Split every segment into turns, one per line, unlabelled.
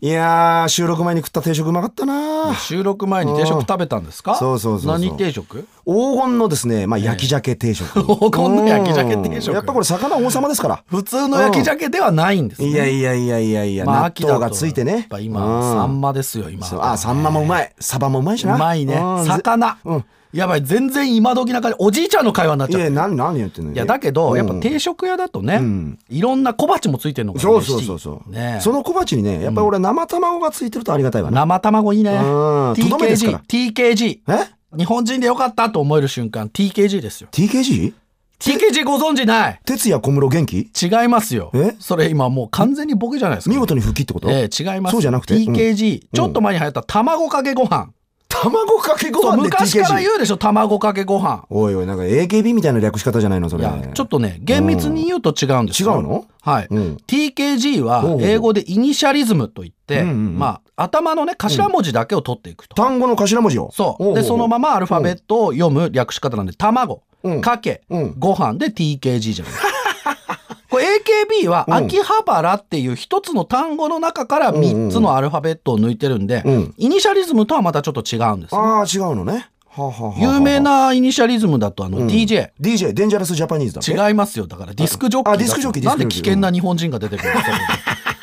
いやー、収録前に食った定食うまかったな
収録前に定食食べたんですか
そうそうそうそう
何定食
黄金のですね、まあ、焼き鮭定食。
黄金の焼き鮭定食
うんやっぱこれ魚王様ですから。
普通の焼き鮭ではないんですね
いやいやいやいやいや、
まあ
納豆がついて
や
ね
っ。ぱ今サン
マ。
マですよ今
そうあ、サンマもうまい。サバもうまいしな。
うまいね
うんぜ
魚
うん
やばい全然今時な感じおじいちゃんの会話になっち
い
ゃった
や、何、何言ってんの
いやだけどやっぱ定
食。
食屋だとねいろんな小鉢もついてるのが
そうそうそうそう。
ねえ
その小鉢にね、やっぱり俺生卵がついてるとありがたいわな。
生卵いいね
んとどめですから
TKG TKG
え
日本人でよかったと思える瞬間 TKG ですよ
?TKG?
TKG ご存知ない
哲也小室元気
違いますよ
え
それ今もう完全にボケじゃないですか
見事に復帰ってこと
ええ違います
そうじゃなくて
TKG、
うん
ちょっと前に流行った卵かけご飯、
卵かけご
そう
飯で TKG
昔から言うでしょ卵かけご飯
おいおいなんか AKB みたいな略し方じゃないのそ
い
れ
やちょっとね厳密に言うと違うんですよ、
違うの
はい、
うん
TKG
ほう
は
ほう
英語でイニシャリズムといって、
うんうんうん
まあ頭のね頭文字だけを取っていくと、
単語の頭文字を
そ
おうお
う
うお
で
う
そのままアルファベットを読む略し方なんで卵、
うん
かけ、
うん
ご飯で TKG じゃないこれ AKB は
うん
秋葉原っていう一つの単語の中から3つのアルファベットを抜いてるんで、
うん
イニシャリズムとはまたちょっと違うんですね、
ああ違うのねはあはあはあはあ
有名なイニシャリズムだとあの DJ、
DJ デンジャラスジャパニーズだっけ
違いますよだからディスクジョッキー
あ
だ
ディスクジョッキーディ
な
ス
ん
クジョッキ
で危
ー
険な日本人が出てくるん ですか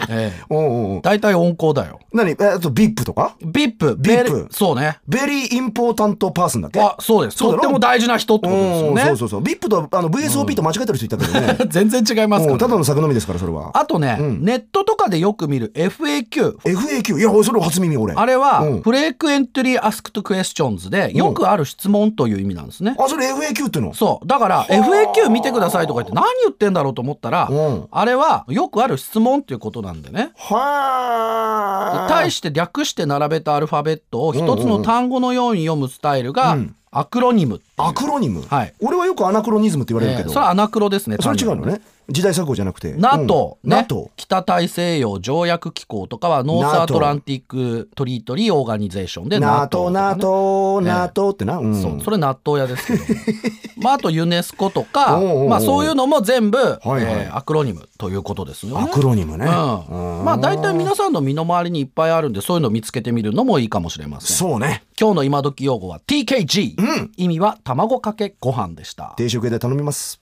ええ
おうおうおう
大体温厚だよ
何えあと VIP とか
VIP
ビップ
そうね
ベリーインポータントパーソンだっけ
あそうです
そうだ
とっ
ろ
ても大事な人ってことですよ
うん
ね
そうそうそう VIP とあの VSOP と間違えてる人いたけどね
全然違いますか
うん
ら
ただの酒飲みですからそれは
あとね、
うん
ネットとかでよく見る FAQ
FAQ いやそれ初耳俺
あれは、
うん
フレークエントリーアスクトクエスチョンズでよくある質問という意味なんですね、
あそれ FAQ っての
そうだから FAQ 見てくださいとか言って何言ってんだろうと思ったら、
うん
あれはよくある質問っていうことなんでね
はあ
対して略して並べたアルファベットを一つの単語のように読むスタイルが
うん
アクロニムっていう
アクロニム、
はい
俺はよくアナクロニズムって言われる
え
け
え
ど、
それはアナクロですね
それ違う
単
の
に
ね時代錯誤じゃなくて
NATO、
うん
ね
NATO
北大西洋条約機構とかはノースアトランティックトリートリーオーガニゼーションで NATO
NATO NATO
とかねね
NATO ってな、うん
そうそれ納豆屋ですけど まああとユネスコとか
おうおうおう
まあ、そういうのも全部、
いはい
えーアクロニムということですよね。
アクロニムね、
うん、まあ大体皆さんの身の回りにいっぱいあるんでそういうの見つけてみるのもいいかもしれません
そうね
今日の今時用語は TKG、意味は卵かけご飯でした
定食屋で頼みます